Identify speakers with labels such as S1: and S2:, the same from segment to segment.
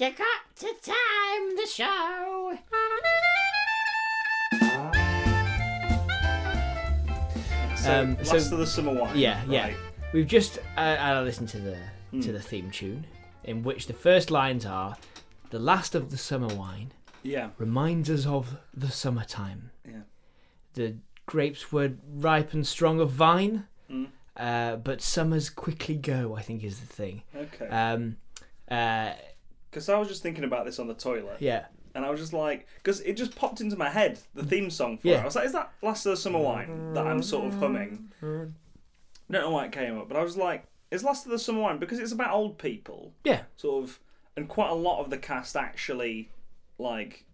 S1: You got to time the show.
S2: So,
S3: Um,
S2: Last
S3: so-
S2: of the Summer Wine.
S3: Yeah, yeah.
S2: Right.
S3: We've just uh, had a listen to the to the theme tune, in which the first lines are, "The last of the summer wine
S2: Yeah.
S3: reminds us of the summertime.
S2: Yeah.
S3: The grapes were ripe and strong of vine, uh, but summers quickly go. I think is the thing.
S2: Okay.
S3: Um, uh,
S2: Because I was just thinking about this on the toilet,
S3: yeah,
S2: and I was just like, because it just popped into my head the theme song for it.
S3: Yeah.
S2: I was like, is that Last of the Summer Wine that I'm sort of humming? I don't know why it came up, but I was like, is Last of the Summer Wine because it's about old people,
S3: yeah,
S2: sort of, and quite a lot of the cast actually, like,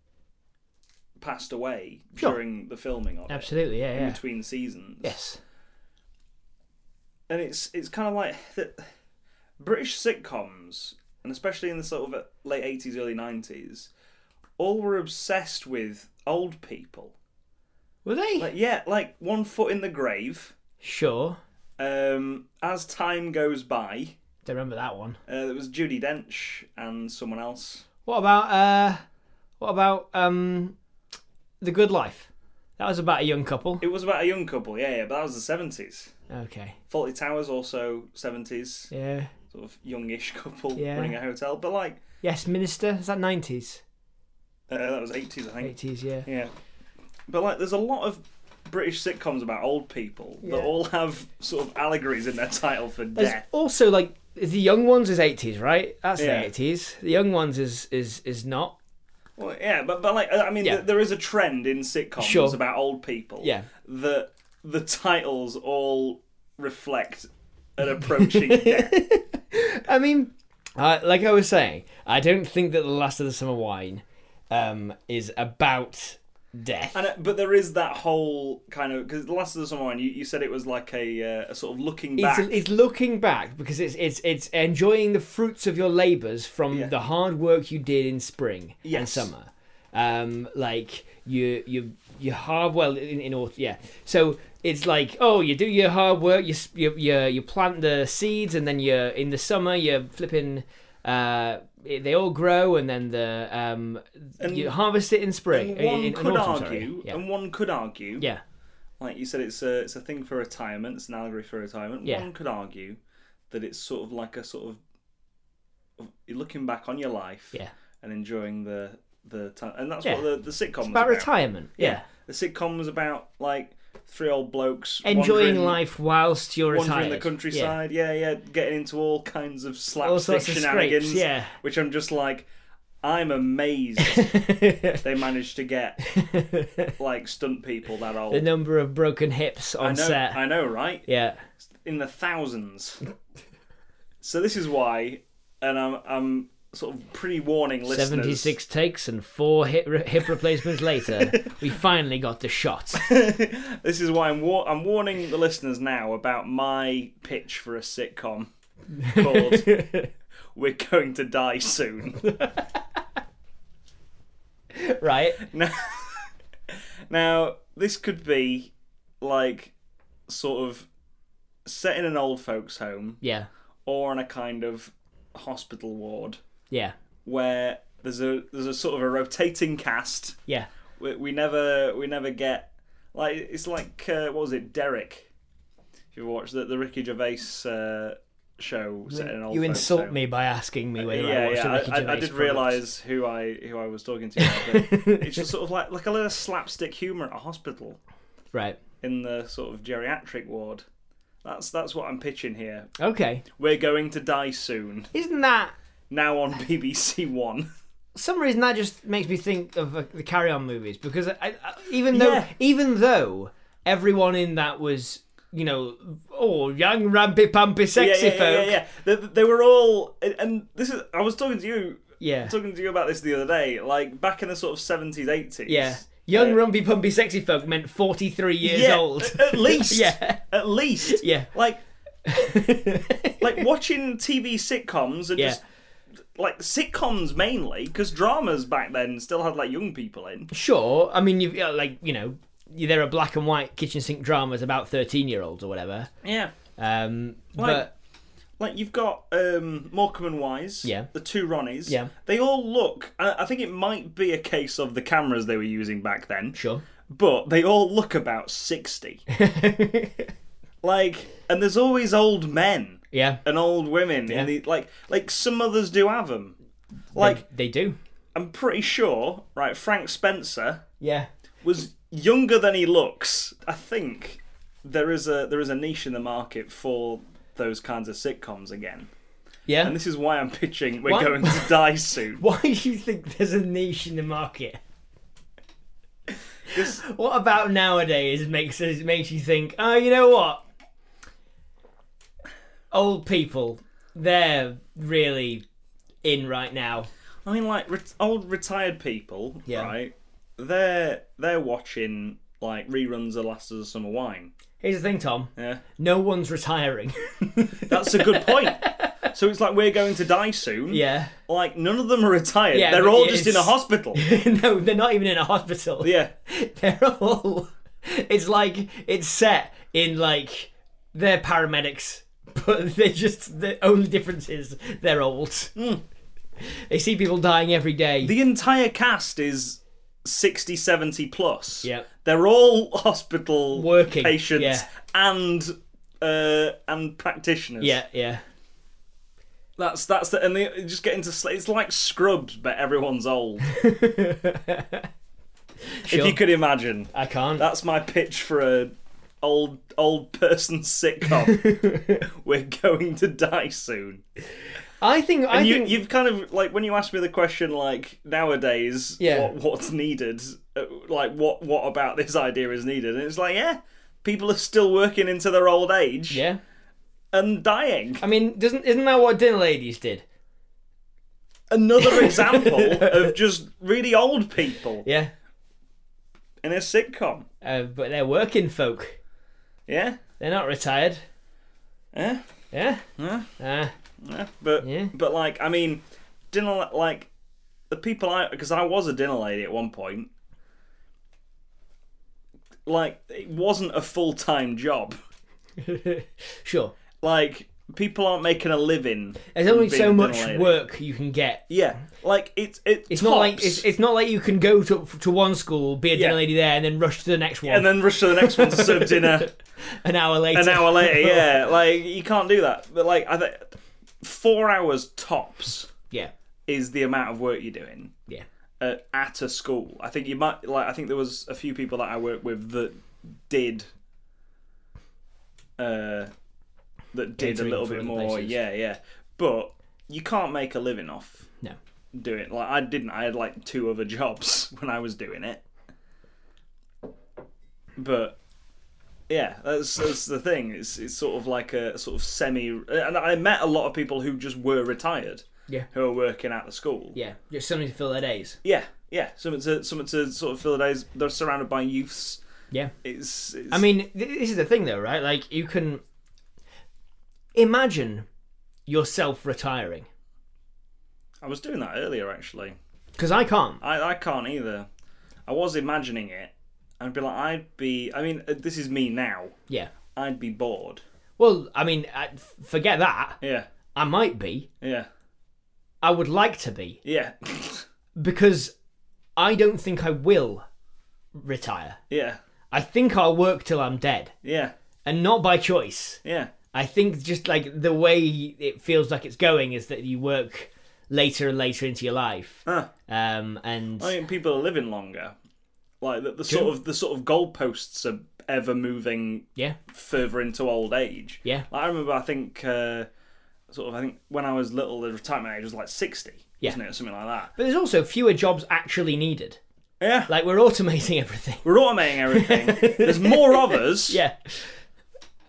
S2: passed away
S3: Sure.
S2: during the filming of it.
S3: absolutely, yeah,
S2: in
S3: yeah,
S2: between seasons.
S3: yes,
S2: and it's it's kind of like the British sitcoms, and especially in the sort of late eighties, early nineties, all were obsessed with old people.
S3: were they
S2: Like yeah, like one foot in the grave.
S3: sure?
S2: Um, as time goes by,
S3: Don't remember that one.
S2: uh, there was Judy Dench and someone else.
S3: What about uh, what about um, the Good Life? That was about a young couple.
S2: It was about a young couple, yeah, yeah, but that was the seventies.
S3: Okay,
S2: Faulty Towers also seventies,
S3: yeah.
S2: sort of youngish couple
S3: Yeah.
S2: running a hotel, but like
S3: Yes, Minister. Is that nineties?
S2: uh, that was eighties, I think.
S3: Eighties, yeah.
S2: Yeah. But like there's a lot of British sitcoms about old people
S3: Yeah.
S2: that all have sort of allegories in their title for
S3: There's
S2: death.
S3: also like the young ones is eighties, right? That's
S2: Yeah.
S3: the eighties. The young ones is is is not.
S2: Well, yeah, but but like I mean
S3: Yeah.
S2: th- there is a trend in sitcoms
S3: Sure.
S2: about old people
S3: Yeah.
S2: that the titles all reflect an approaching death.
S3: I mean, uh, like I was saying, I don't think that the Last of the Summer Wine um, is about death.
S2: And, uh, but there is that whole kind of because the last of the summer one you, you said it was like a, uh, a sort of looking back.
S3: It's, it's looking back because it's it's it's enjoying the fruits of your labors from
S2: Yeah.
S3: the hard work you did in spring and
S2: Yes.
S3: summer. Um, like you you you hard well in, in autumn, yeah. So it's like oh you do your hard work you s- you you, you plant the seeds and then you in the summer you're flipping. Uh, it- they all grow and then the um
S2: And-
S3: you harvest it in spring.
S2: and one
S3: in, in
S2: could
S3: autumn, sorry.
S2: argue,
S3: Yeah.
S2: and one could argue,
S3: yeah,
S2: like you said, it's a it's a thing for retirement. It's an allegory for retirement.
S3: Yeah.
S2: One could argue that it's sort of like a sort of you're looking back on your life
S3: yeah.
S2: and enjoying the the time, and that's
S3: Yeah.
S2: what the the sitcom was
S3: About retirement. yeah.
S2: the sitcom was about like three old blokes
S3: enjoying
S2: wandering-
S3: life whilst you're
S2: Wandering
S3: retired.
S2: the countryside, yeah. yeah, getting into all kinds of slapstick
S3: All sorts of
S2: shenanigans,
S3: scrapes, yeah.
S2: which I'm just like, I'm amazed
S3: Yeah.
S2: they managed to get like stunt people that old.
S3: the number of broken hips on
S2: I know,
S3: set.
S2: I know, right?
S3: Yeah.
S2: in the thousands. so this is why, and I'm I'm sort of pre-warning listeners.
S3: 76 takes and four hip, hip replacements later, we finally got the shot.
S2: This is why I'm war- I'm warning the listeners now about my pitch for a sitcom called "We're Going to Die Soon."
S3: right?
S2: now, now this could be like sort of set in an old folks' home
S3: Yeah.
S2: or in a kind of hospital ward
S3: Yeah.
S2: where there's a there's a sort of a rotating cast
S3: Yeah.
S2: we, we never we never get like it's like uh, what was it Derek if you watched the, the Ricky Gervais uh, show set in an old
S3: You
S2: folks'
S3: insult
S2: home.
S3: me by asking me whether I
S2: yeah,
S3: watched
S2: yeah.
S3: the Ricky
S2: I, I, I
S3: Gervais
S2: did
S3: product.
S2: realise who I who I was talking to. about, but it's just sort of like like a little slapstick humour at a hospital
S3: Right.
S2: in the sort of geriatric ward. That's that's what I'm pitching here.
S3: Okay.
S2: We're going to die soon.
S3: Isn't that.
S2: Now on BBC One.
S3: some reason that just makes me think of uh, the Carry On movies because I, I, even though
S2: Yeah.
S3: even though everyone in that was you know oh young rampy pampy sexy
S2: yeah, yeah,
S3: folk
S2: yeah, yeah. They, they were all, and this is. I was talking to you,
S3: Yeah.
S2: talking to you about this the other day. Like back in the sort of seventies, eighties.
S3: Yeah. young rumpy pumpy sexy folk meant forty three years
S2: uh, yeah,
S3: old
S2: a- At least.
S3: Yeah.
S2: At least.
S3: Yeah.
S2: Like, like watching TV sitcoms and
S3: Yeah.
S2: just like sitcoms mainly because dramas back then still had like young people in.
S3: sure I mean you've got, like you know you- there are black and white kitchen sink dramas about thirteen year olds or whatever
S2: Yeah.
S3: um,
S2: Like-
S3: but
S2: like you've got um, Morecambe and Wise,
S3: Yeah.
S2: the two Ronnies,
S3: Yeah.
S2: They all look. I I think it might be a case of the cameras they were using back then,
S3: Sure.
S2: but they all look about sixty. like, and there's always old men
S3: yeah.
S2: and old women,
S3: Yeah.
S2: and the, like, like some mothers do have them. Like,
S3: they, they do.
S2: I'm pretty sure, right? Frank Spencer
S3: Yeah.
S2: was younger than he looks. I think there is a there is a niche in the market for those kinds of sitcoms again.
S3: Yeah.
S2: And this is why I'm pitching we're
S3: Why-
S2: going to die soon.
S3: Why do you think there's a niche in the market?
S2: This-
S3: What about nowadays makes us- makes you think? Oh, you know what? Old people, they're really in right now.
S2: I mean, like ret- old retired people,
S3: Yeah.
S2: right? They're they're watching like reruns of Last of the Summer Wine.
S3: Here's the thing, Tom.
S2: Yeah,
S3: No one's retiring.
S2: that's a good point. So it's like we're going to die soon.
S3: yeah.
S2: Like none of them are retired.
S3: Yeah,
S2: they're
S3: but
S2: all
S3: it
S2: just
S3: is-
S2: in a hospital.
S3: no, they're not even in a hospital.
S2: yeah.
S3: They're all. It's like it's set in like they're paramedics, but they just the only difference is they're old. They see people dying every day.
S2: Hmm. The entire cast is 60, 70 plus.
S3: Yep.
S2: They're all hospital
S3: Working,
S2: patients
S3: yeah.
S2: and uh, and practitioners.
S3: yeah, yeah,
S2: That's that's the, and they just get into sl- it's like Scrubs, but everyone's old. If
S3: sure.
S2: you could imagine,
S3: I can't.
S2: that's my pitch for a old old person sitcom. We're going to die soon.
S3: I think. I
S2: And you,
S3: think.
S2: you've kind of like when you asked me the question like nowadays,
S3: Yeah.
S2: what, what's needed, uh, like what what about this idea is needed, and it's like yeah, people are still working into their old age
S3: yeah.
S2: and dying.
S3: I mean, doesn't isn't that what dinner ladies did?
S2: Another example of just really old people
S3: Yeah.
S2: in a sitcom.
S3: Uh, but they're working folk.
S2: Yeah,
S3: They're not retired.
S2: yeah.
S3: Yeah.
S2: Yeah.
S3: Uh,
S2: Yeah, but
S3: Yeah.
S2: but like I mean, dinner la- like the people I because I was a dinner lady at one point. Like it wasn't a full time job.
S3: sure.
S2: Like people aren't making a living.
S3: There's only
S2: being
S3: so
S2: a dinner
S3: much
S2: lady.
S3: work you can get
S2: Yeah, like it's it,
S3: It's not like it's, it's not like you can go to to one school, be a dinner
S2: Yeah.
S3: lady there, and then rush to the next one
S2: and then rush to the next one to serve dinner
S3: an hour later.
S2: an hour later. Yeah, like you can't do that. But like I think four hours tops.
S3: yeah,
S2: is the amount of work you're doing.
S3: Yeah.
S2: Uh, at a school, I think you might like. I think there was a few people that I worked with that did. Uh, that did a
S3: Catering
S2: little
S3: for
S2: bit
S3: other
S2: more.
S3: places.
S2: Yeah, yeah. But you can't make a living off
S3: no,
S2: doing like I didn't. I had like two other jobs when I was doing it. But yeah, that's that's the thing. It's it's sort of like a sort of semi. And I met a lot of people who just were retired
S3: yeah,
S2: who are working at the school.
S3: yeah, just something to fill their days.
S2: yeah, yeah. Something to something to sort of fill the days. They're surrounded by youths.
S3: Yeah,
S2: It's, it's
S3: I mean, th- this is the thing though, right? Like you can imagine yourself retiring
S2: I was doing that earlier actually.
S3: because I can't.
S2: I I can't either. I was imagining it. I'd be like, I'd be. I mean, uh, this is me now.
S3: Yeah.
S2: I'd be bored.
S3: Well, I mean, I, f- forget that.
S2: Yeah,
S3: I might be.
S2: yeah,
S3: I would like to be
S2: yeah,
S3: because I don't think I will retire.
S2: yeah,
S3: I think I'll work till I'm dead,
S2: yeah,
S3: and not by choice.
S2: yeah.
S3: I think just like the way it feels like it's going is that you work later and later into your life,
S2: Huh.
S3: um, and
S2: I mean, people are living longer. Like the, the sort of the sort of goalposts are ever moving
S3: yeah,
S2: further into old age.
S3: Yeah.
S2: Like, I remember. I think uh, sort of. I think when I was little, the retirement age was like sixty.
S3: Yeah.
S2: Wasn't it? Something like that.
S3: but there's also fewer jobs actually needed.
S2: Yeah.
S3: Like we're automating everything,
S2: We're automating everything. There's more of us.
S3: yeah,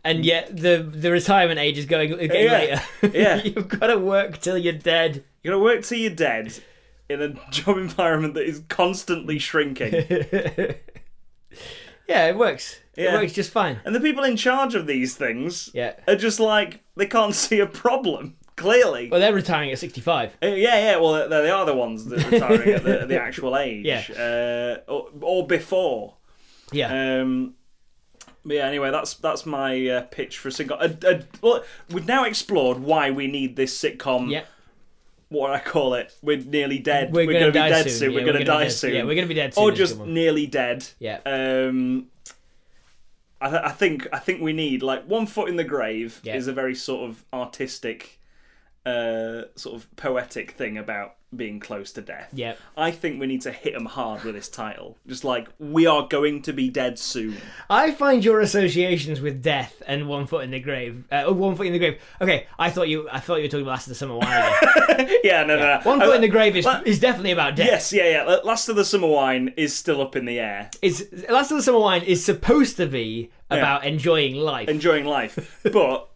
S3: and yet the the retirement age is going getting
S2: Yeah.
S3: later.
S2: Yeah.
S3: you've got to work till you're dead.
S2: You're gonna work till you're dead in a job environment that is constantly shrinking.
S3: Yeah, it works. It
S2: Yeah.
S3: works just fine.
S2: and the people in charge of these things
S3: Yeah.
S2: are just like they can't see a problem. Clearly.
S3: Well, they're retiring at 65.
S2: Uh, Yeah, yeah. Well, they they are the ones that are retiring at the, the actual age,
S3: Yeah.
S2: uh, or, or before.
S3: Yeah,
S2: Um, But yeah, anyway, that's that's my uh, pitch for a sitcom. A, a, well, we've now explored why we need this sitcom.
S3: Yeah.
S2: What I call it, we're nearly dead.
S3: We're
S2: gonna,
S3: gonna
S2: be
S3: die
S2: dead
S3: soon.
S2: soon.
S3: Yeah,
S2: We're,
S3: we're
S2: gonna,
S3: gonna
S2: die
S3: be dead-
S2: soon.
S3: yeah, we're gonna be dead
S2: Or
S3: soon is
S2: just
S3: good one.
S2: nearly dead.
S3: Yeah.
S2: Um, I, th- I think I think we need like one foot in the grave
S3: Yeah.
S2: is a very sort of artistic, uh, sort of poetic thing about being close to death.
S3: Yeah.
S2: I think we need to hit them hard with this title. Just like we are going to be dead soon.
S3: I find your associations with death and one foot in the grave. Uh, oh, one foot in the grave. Okay, I thought you. I thought you were talking about Last of the Summer Wine. again.
S2: yeah, no, no, no.
S3: one
S2: I-
S3: foot in the grave is,
S2: Well,
S3: is definitely about death.
S2: Yes, yeah, yeah. Last of the Summer Wine is still up in the air.
S3: It's Last of the Summer Wine is supposed to be about enjoying life.
S2: enjoying life. But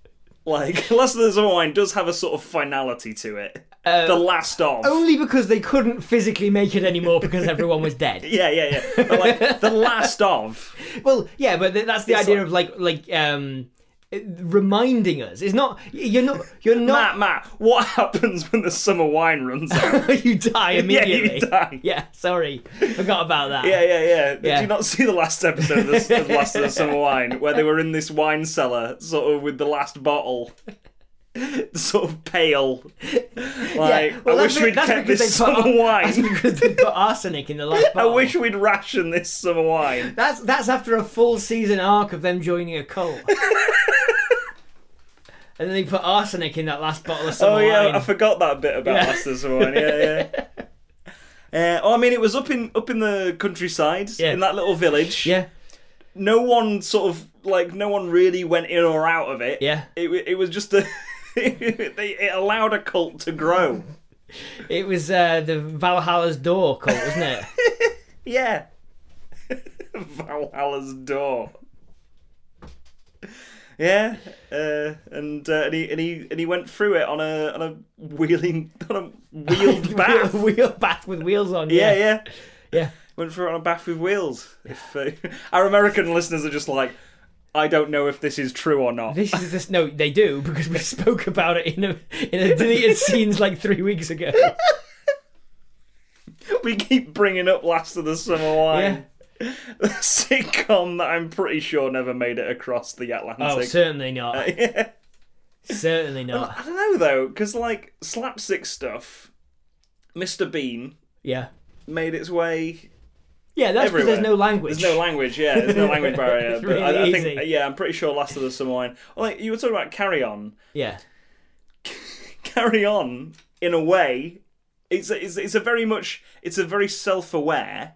S2: like Last of the Summer Wine does have a sort of finality to it.
S3: Uh,
S2: the last of.
S3: only because they couldn't physically make it anymore because everyone was dead.
S2: yeah, yeah, yeah. But, like the last of.
S3: Well, yeah, but th- that's the
S2: It's
S3: idea
S2: like-
S3: of like like um it- reminding us. It's not you're not you're
S2: Matt,
S3: not
S2: Matt, what happens when the summer wine runs out?
S3: you die
S2: yeah,
S3: immediately.
S2: you die.
S3: Yeah, sorry, forgot about that.
S2: Yeah, yeah, yeah.
S3: Yeah.
S2: Did you not see the last episode of, the, of Last of the Summer Wine where they were in this wine cellar, sort of with the last bottle? Sort of pale. Like,
S3: Yeah, well,
S2: I
S3: that's
S2: wish
S3: be-
S2: we'd
S3: that's
S2: kept
S3: because
S2: this
S3: they put
S2: summer
S3: ar-
S2: wine.
S3: That's because they put arsenic in the last
S2: I
S3: bottle.
S2: wish we'd ration this summer wine.
S3: That's that's after a full season arc of them joining a cult. And then they put arsenic in that last bottle of summer
S2: Oh yeah,
S3: wine.
S2: I forgot that bit about
S3: Yeah.
S2: Last of the Summer Wine. Yeah, yeah. Uh, oh, I mean, it was up in up in the countryside,
S3: Yeah.
S2: in that little village.
S3: yeah,
S2: No one sort of like no one really went in or out of it.
S3: yeah.
S2: It wa- it was just a they, it allowed a cult to grow.
S3: It was uh, the Valhalla's door cult, wasn't it?
S2: Yeah. Valhalla's door. Yeah, uh, and uh, and, he, and he and he went through it on a on a wheeling on a wheeled bath.
S3: Wheel, wheel bath with wheels on.
S2: yeah,
S3: Yeah,
S2: yeah.
S3: yeah.
S2: Went for it on a bath with wheels. If uh, our American listeners are just like, I don't know if this is true or not.
S3: This is this. No, they do because we spoke about it in a in a deleted scenes like three weeks ago.
S2: We keep bringing up Last of the Summer Wine, the sitcom that I'm pretty sure never made it across the
S3: Oh,
S2: Atlantic.
S3: certainly not.
S2: yeah.
S3: Certainly not.
S2: I don't know though, because like slapstick stuff, Mr. Bean
S3: Yeah.
S2: made its way.
S3: Yeah, that's because there's
S2: Everywhere.
S3: no language.
S2: There's no language, yeah. There's no language barrier.
S3: It's
S2: But I, I
S3: really
S2: think,
S3: easy.
S2: yeah, I'm pretty sure Last of the Summer Wine. Well, like you were talking about Carry On.
S3: yeah.
S2: carry on in a way. It's a, it's, it's a very much it's a very self-aware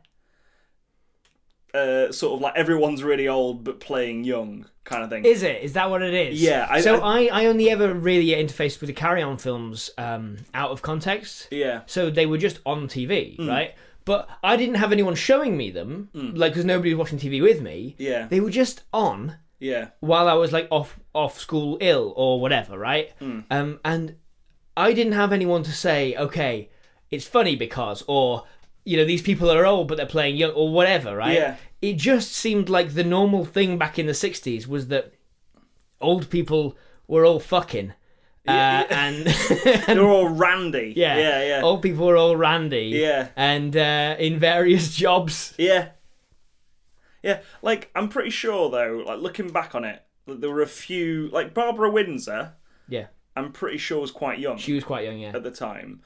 S2: uh, sort of like everyone's really old but playing young kind of thing.
S3: Is it? Is that what it is?
S2: Yeah, I-
S3: so I, I only ever really interfaced with the Carry On films um, out of context.
S2: yeah.
S3: So they were just on TV,
S2: Mm.
S3: right? But I didn't have anyone showing me them, like because nobody was watching TV with me.
S2: Yeah.
S3: They were just on
S2: Yeah.
S3: while I was like off off school ill or whatever, right?
S2: Hmm.
S3: Um, and I didn't have anyone to say, okay, it's funny because or you know these people are old but they're playing young or whatever, right?
S2: Yeah.
S3: It just seemed like the normal thing back in the '60s was that old people were all fucking. Uh, and
S2: They're all randy.
S3: yeah, Oh.
S2: Yeah, yeah.
S3: Old people were all randy.
S2: Yeah.
S3: and uh, in various jobs.
S2: Yeah. Yeah, like I'm pretty sure though, like looking back on it, that there were a few like Barbara Windsor,
S3: Yeah,
S2: I'm pretty sure was quite young.
S3: she was quite young. Yeah,
S2: at the time.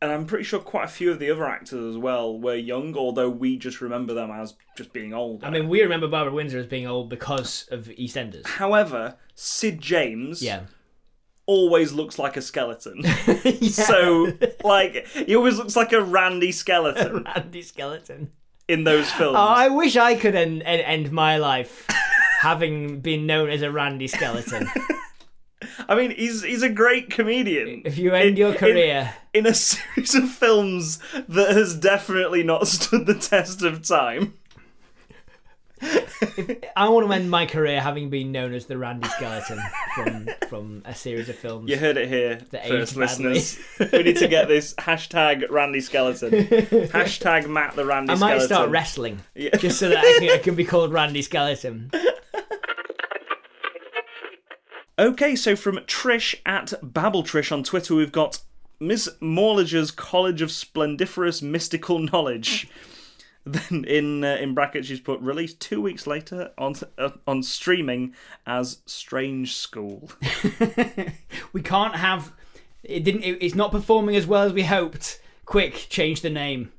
S2: And I'm pretty sure quite a few of the other actors as well were young, although we just remember them as just being older.
S3: I mean, we remember Barbara Windsor as being old because of EastEnders.
S2: However, Sid James
S3: Yeah.
S2: always looks like a skeleton. So, like, he always looks like a randy skeleton
S3: Randy Skeleton.
S2: in those films.
S3: Oh, I wish I could en- en- end my life having been known as a Randy Skeleton.
S2: I mean, he's he's a great comedian.
S3: If you end your
S2: in-
S3: career,
S2: in a series of films that has definitely not stood the test of time.
S3: I want to end my career having been known as the Randy Skeleton from from a series of films.
S2: You heard it here,
S3: That
S2: first
S3: aged badly.
S2: listeners. we need to get this hashtag Randy Skeleton. hashtag Matt the Randy
S3: I
S2: Skeleton.
S3: might start wrestling
S2: Yeah.
S3: just so that I can, I can be called Randy Skeleton.
S2: Okay, so from Trish at Babbletrish on Twitter, we've got Ms. Morlage's College of Splendiferous Mystical Knowledge. Then in uh, in brackets she's put released two weeks later on uh, on streaming as Strange School.
S3: we can't have it didn't it, it's not performing as well as we hoped quick change the name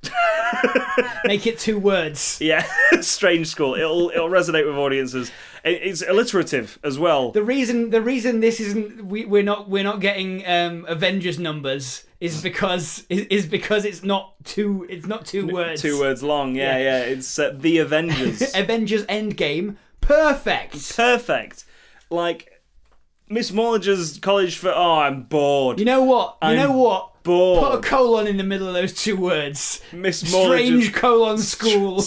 S3: make it two words
S2: Yeah, Strange School. It'll it'll resonate with audiences. It, it's alliterative as well.
S3: the reason the reason this isn't we, we're not we're not getting um avengers numbers is because is, is because it's not two it's not two words
S2: Two words long. Yeah, yeah.
S3: Yeah.
S2: It's uh, the Avengers.
S3: avengers endgame perfect
S2: Perfect. Like Miss Morlager's college for. Oh, I'm bored.
S3: you know what you
S2: I'm
S3: know what
S2: bored.
S3: put a colon in the middle of those two words
S2: Miss
S3: strange
S2: Morlager's.
S3: colon school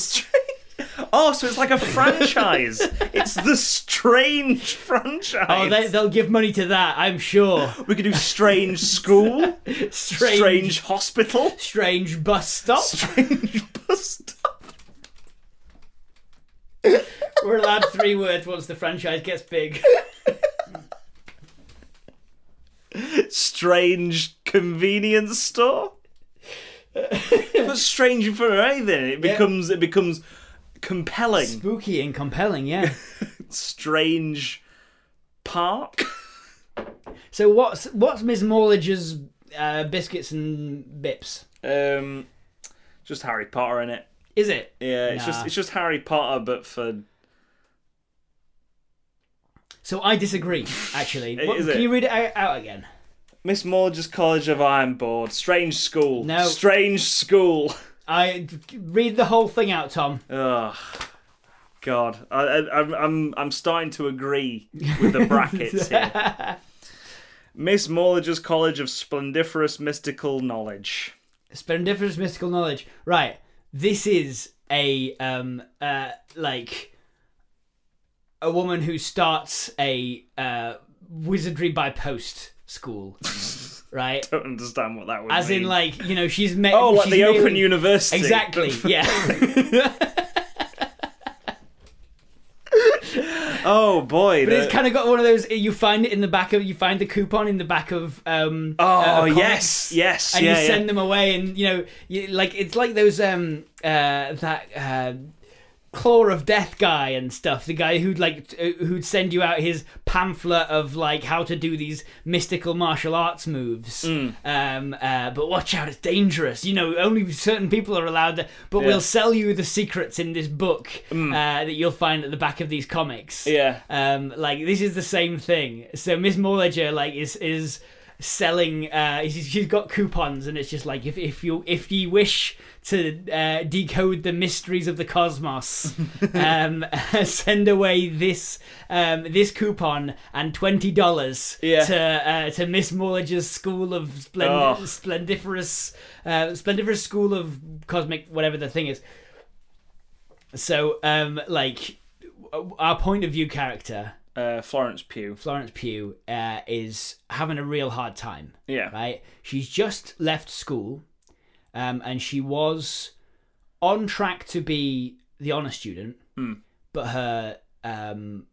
S2: Oh, so it's like a franchise. it's the strange franchise.
S3: oh they, they'll give money to that i'm sure
S2: we could do strange school,
S3: strange strange,
S2: strange hospital,
S3: bus stop
S2: strange bus stop.
S3: We're allowed three words once the franchise gets big.
S2: strange convenience store. If it's strange for anything, it becomes it becomes compelling.
S3: Spooky and compelling, yeah.
S2: Strange park.
S3: So what's what's Ms. Morlage's uh, biscuits and bips?
S2: Um, just Harry Potter in it.
S3: Is it?
S2: Yeah, it's just
S3: Nah.
S2: it's just Harry Potter, but for
S3: So I disagree. Actually, What-
S2: Is
S3: can
S2: it?
S3: you read it out, out again?
S2: Miss Morger's College of Iron Board. Strange school.
S3: No.
S2: Strange school.
S3: I read the whole thing out, Tom.
S2: Ugh. God, I, I, I'm I'm I'm starting to agree with the brackets here. Miss Morlager's College of Splendiferous Mystical Knowledge.
S3: Splendiferous mystical knowledge. Right. This is a um uh like a woman who starts a uh wizardry by post school, right?
S2: Don't understand what that would
S3: As in,
S2: mean.
S3: like you know, she's met.
S2: oh, like
S3: she's
S2: the
S3: merely-
S2: Open University.
S3: Exactly. Yeah.
S2: Oh boy,
S3: But
S2: the-
S3: it's kind of got one of those. You find it in the back of. You find the coupon in the back of. Um,
S2: Oh
S3: uh,
S2: yes,
S3: comics,
S2: yes,
S3: And
S2: yeah,
S3: you
S2: yeah.
S3: send them away, and you know, you, like it's like those um uh that. Uh, Claw of Death guy and stuff. The guy who'd like t- uh, who'd send you out his pamphlet of like how to do these mystical martial arts moves.
S2: Hmm.
S3: Um, uh, but watch out, it's dangerous. You know, only certain people are allowed. To, but we'll sell you the secrets in this book
S2: Hmm.
S3: uh, that you'll find at the back of these comics.
S2: Yeah.
S3: Um, like this is the same thing. So Miss Morledger like is is selling. Uh, she's- she's got coupons, and it's just like if if you if you wish to uh, decode the mysteries of the cosmos, um, send away this um, this coupon and twenty dollars
S2: Yeah.
S3: to uh, to Miss Morledger's School of Splend-
S2: Oh.
S3: Splendiferous uh, Splendiferous School of Cosmic whatever the thing is. So um, like our point of view character
S2: uh, Florence Pugh.
S3: Florence Pugh uh, is having a real hard time.
S2: Yeah.
S3: Right, she's just left school, um, and she was on track to be the honor student, but her um,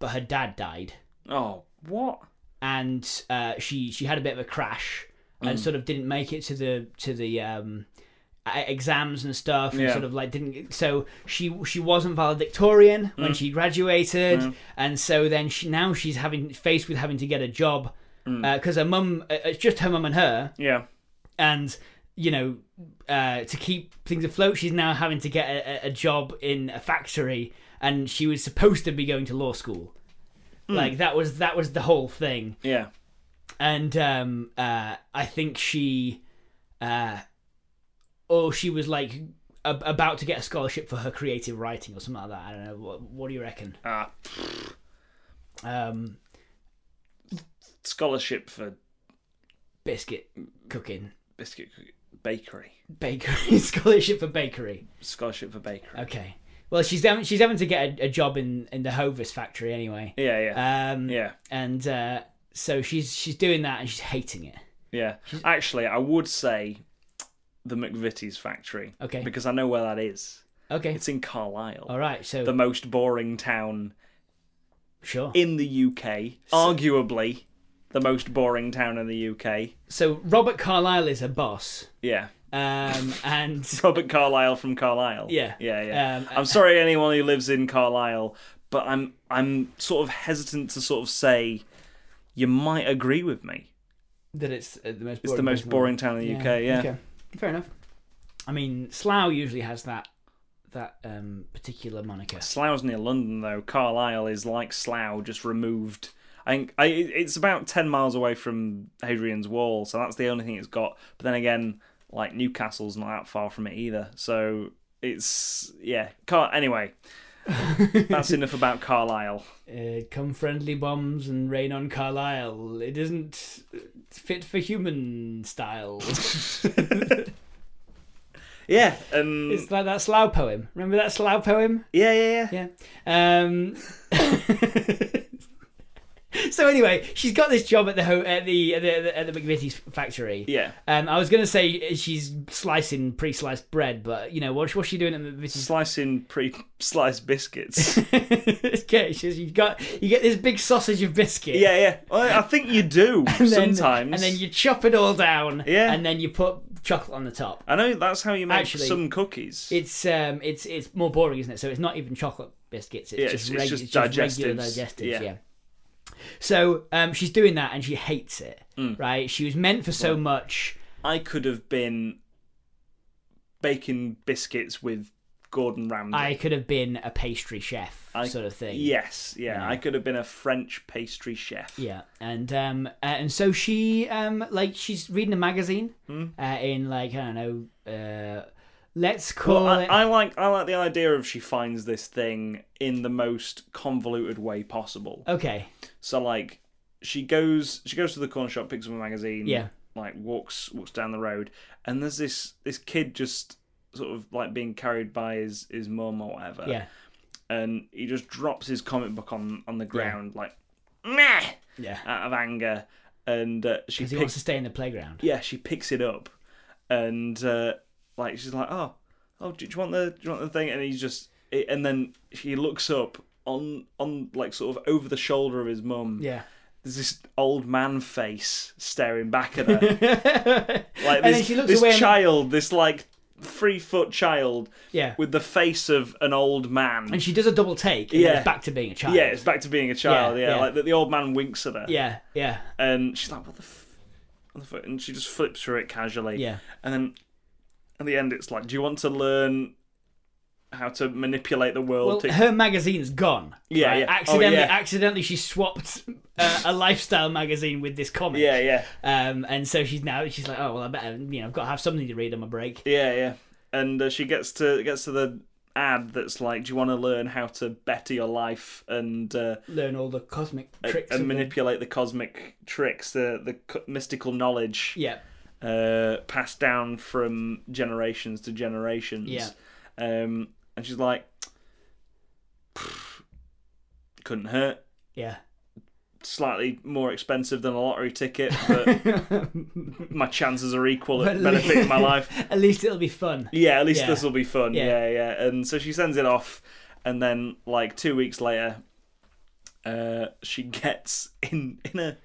S3: but her dad died,
S2: Oh, what?
S3: and uh, she she had a bit of a crash and sort of didn't make it to the to the um, e- exams and stuff and
S2: Yeah.
S3: sort of like didn't so she she wasn't valedictorian when she graduated and so then she now she's having faced with having to get a job because her mum uh, it's just her mum and her
S2: Yeah.
S3: and you know uh, to keep things afloat she's now having to get a, a- a job in a factory and she was supposed to be going to law school like that was that was the whole thing
S2: Yeah.
S3: and um, uh, I think she, uh, or she was like ab about to get a scholarship for her creative writing or something like that. I don't know. What, what do you reckon?
S2: Ah,
S3: Um,
S2: scholarship for
S3: biscuit cooking,
S2: biscuit cookie- bakery.
S3: bakery scholarship for bakery.
S2: Scholarship for bakery.
S3: Okay. Well, she's having, she's having to get a, a job in in the Hovis factory anyway.
S2: Yeah, yeah,
S3: Um,
S2: yeah,
S3: And uh, so she's she's doing that and she's hating it.
S2: yeah. Actually, I would say the McVitie's factory
S3: Okay.
S2: because I know where that is.
S3: Okay.
S2: It's in Carlisle,
S3: All right. So
S2: the most boring town
S3: sure.
S2: in the UK, arguably the most boring town in the UK.
S3: so Robert Carlyle is her boss.
S2: Yeah,
S3: um, and
S2: Robert Carlyle from Carlisle.
S3: Yeah.
S2: yeah, yeah.
S3: Um,
S2: I'm sorry, anyone who lives in Carlisle, but I'm I'm sort of hesitant to sort of say you might agree with me.
S3: that it's uh, the most boring
S2: It's the most
S3: prison
S2: boring town in the UK. Yeah,
S3: Okay. Fair enough. I mean, Slough usually has that that um, particular moniker.
S2: Slough's near London though. Carlisle is like Slough, just removed. I think I, it's about ten miles away from Hadrian's Wall, so that's the only thing it's got. But then again, like Newcastle's not that far from it either, so it's yeah. Car anyway. that's enough about Carlisle.
S3: Uh, come friendly bombs and rain on Carlisle. It isn't fit for human style.
S2: Yeah, um,
S3: it's like that Slough poem. Remember that Slough poem?
S2: yeah, yeah, yeah.
S3: Yeah. Um, so anyway, she's got this job at the ho- at the at the, at the McVitie's factory.
S2: Yeah.
S3: Um, I was gonna say she's slicing pre-sliced bread, but you know what's what's she doing at McVitie's?
S2: Slicing pre-sliced biscuits.
S3: okay, she's you got you get this big sausage of biscuit.
S2: yeah, yeah. Well, I think you do
S3: and then-
S2: sometimes.
S3: and then you chop it all down.
S2: Yeah.
S3: and then you put chocolate on the top.
S2: I know that's how you make
S3: Actually,
S2: some cookies.
S3: It's um, it's it's more boring, isn't it? So it's not even chocolate biscuits. It's
S2: Yeah, it's-
S3: just, reg-
S2: it's
S3: it's
S2: just
S3: just regular
S2: digestives.
S3: digestives. Yeah.
S2: Yeah.
S3: So um, she's doing that and she hates it,
S2: Mm.
S3: right? She was meant for so much.
S2: I could have been baking biscuits with Gordon Ramsay.
S3: I could have been a pastry chef,
S2: I-
S3: sort of thing.
S2: Yes, yeah,
S3: Yeah.
S2: I could have been a French pastry chef.
S3: Yeah, and um, uh, and so she um, like she's reading a magazine
S2: Hmm?
S3: uh, in like I don't know, uh, let's call
S2: Well, I,
S3: it.
S2: I like I like the idea of she finds this thing in the most convoluted way possible.
S3: okay,
S2: So like she goes she goes to the corner shop, picks up a magazine,
S3: Yeah.
S2: like walks walks down the road and there's this this kid just sort of like being carried by his his mum or whatever.
S3: yeah,
S2: And he just drops his comic book on on the ground like meh
S3: yeah,
S2: out of anger and uh, she
S3: because
S2: picks
S3: he wants to stay in the playground.
S2: yeah, she picks it up, and uh, like she's like, oh, oh, do you want the do you want the thing? And he's just, it, and then she looks up on on like sort of over the shoulder of his mum.
S3: Yeah.
S2: There's this old man face staring back at her, like
S3: And then
S2: this,
S3: she looks
S2: this
S3: away and-
S2: child, this like three foot child
S3: yeah.
S2: with the face of an old man.
S3: and she does a double take and yeah.
S2: Yeah.
S3: it's back to being a child.
S2: yeah, it's back to being a child.
S3: Yeah,
S2: Yeah,
S3: yeah.
S2: like the, the old man winks at her.
S3: yeah, yeah.
S2: and she's like, "What the, f- what the fuck?" And she just flips through it casually.
S3: Yeah.
S2: And then at the end, it's like, "Do you want to learn how to manipulate the
S3: Well,
S2: world?" to-"
S3: her magazine's gone.
S2: Yeah,
S3: right?
S2: yeah. Oh,
S3: Accidentally,
S2: yeah.
S3: accidentally, she swapped uh, a lifestyle magazine with this comic.
S2: yeah, yeah,
S3: Um, and so she's now she's like, oh well, I better you know I've got to have something to read on my break.
S2: yeah, yeah. And uh, she gets to gets to the ad that's like, "Do you want to learn how to better your life and uh,
S3: Learn all the cosmic tricks
S2: and
S3: of the-
S2: manipulate the cosmic tricks, the the co- mystical knowledge
S3: Yeah,
S2: uh, passed down from generations to generations?"
S3: Yeah.
S2: Um, and she's like, "Couldn't hurt."
S3: yeah.
S2: slightly more expensive than a lottery ticket, but my chances are equal at benefiting my life.
S3: At least it'll be fun.
S2: Yeah, at least
S3: Yeah.
S2: this will be fun.
S3: Yeah.
S2: Yeah. yeah, And so she sends it off, and then like two weeks later, uh, she gets in in a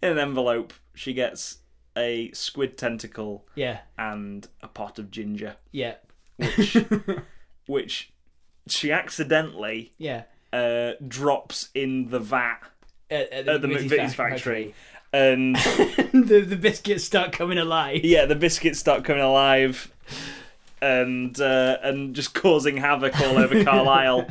S2: in an envelope. She gets a squid tentacle
S3: Yeah,
S2: and a pot of ginger,
S3: yeah,
S2: which which she accidentally
S3: yeah.
S2: uh, drops in the vat
S3: At, at
S2: at the McVitie's
S3: fac-
S2: factory. And
S3: the, the biscuits start coming alive.
S2: yeah, the biscuits start coming alive, and uh, and just causing havoc all over Carlisle.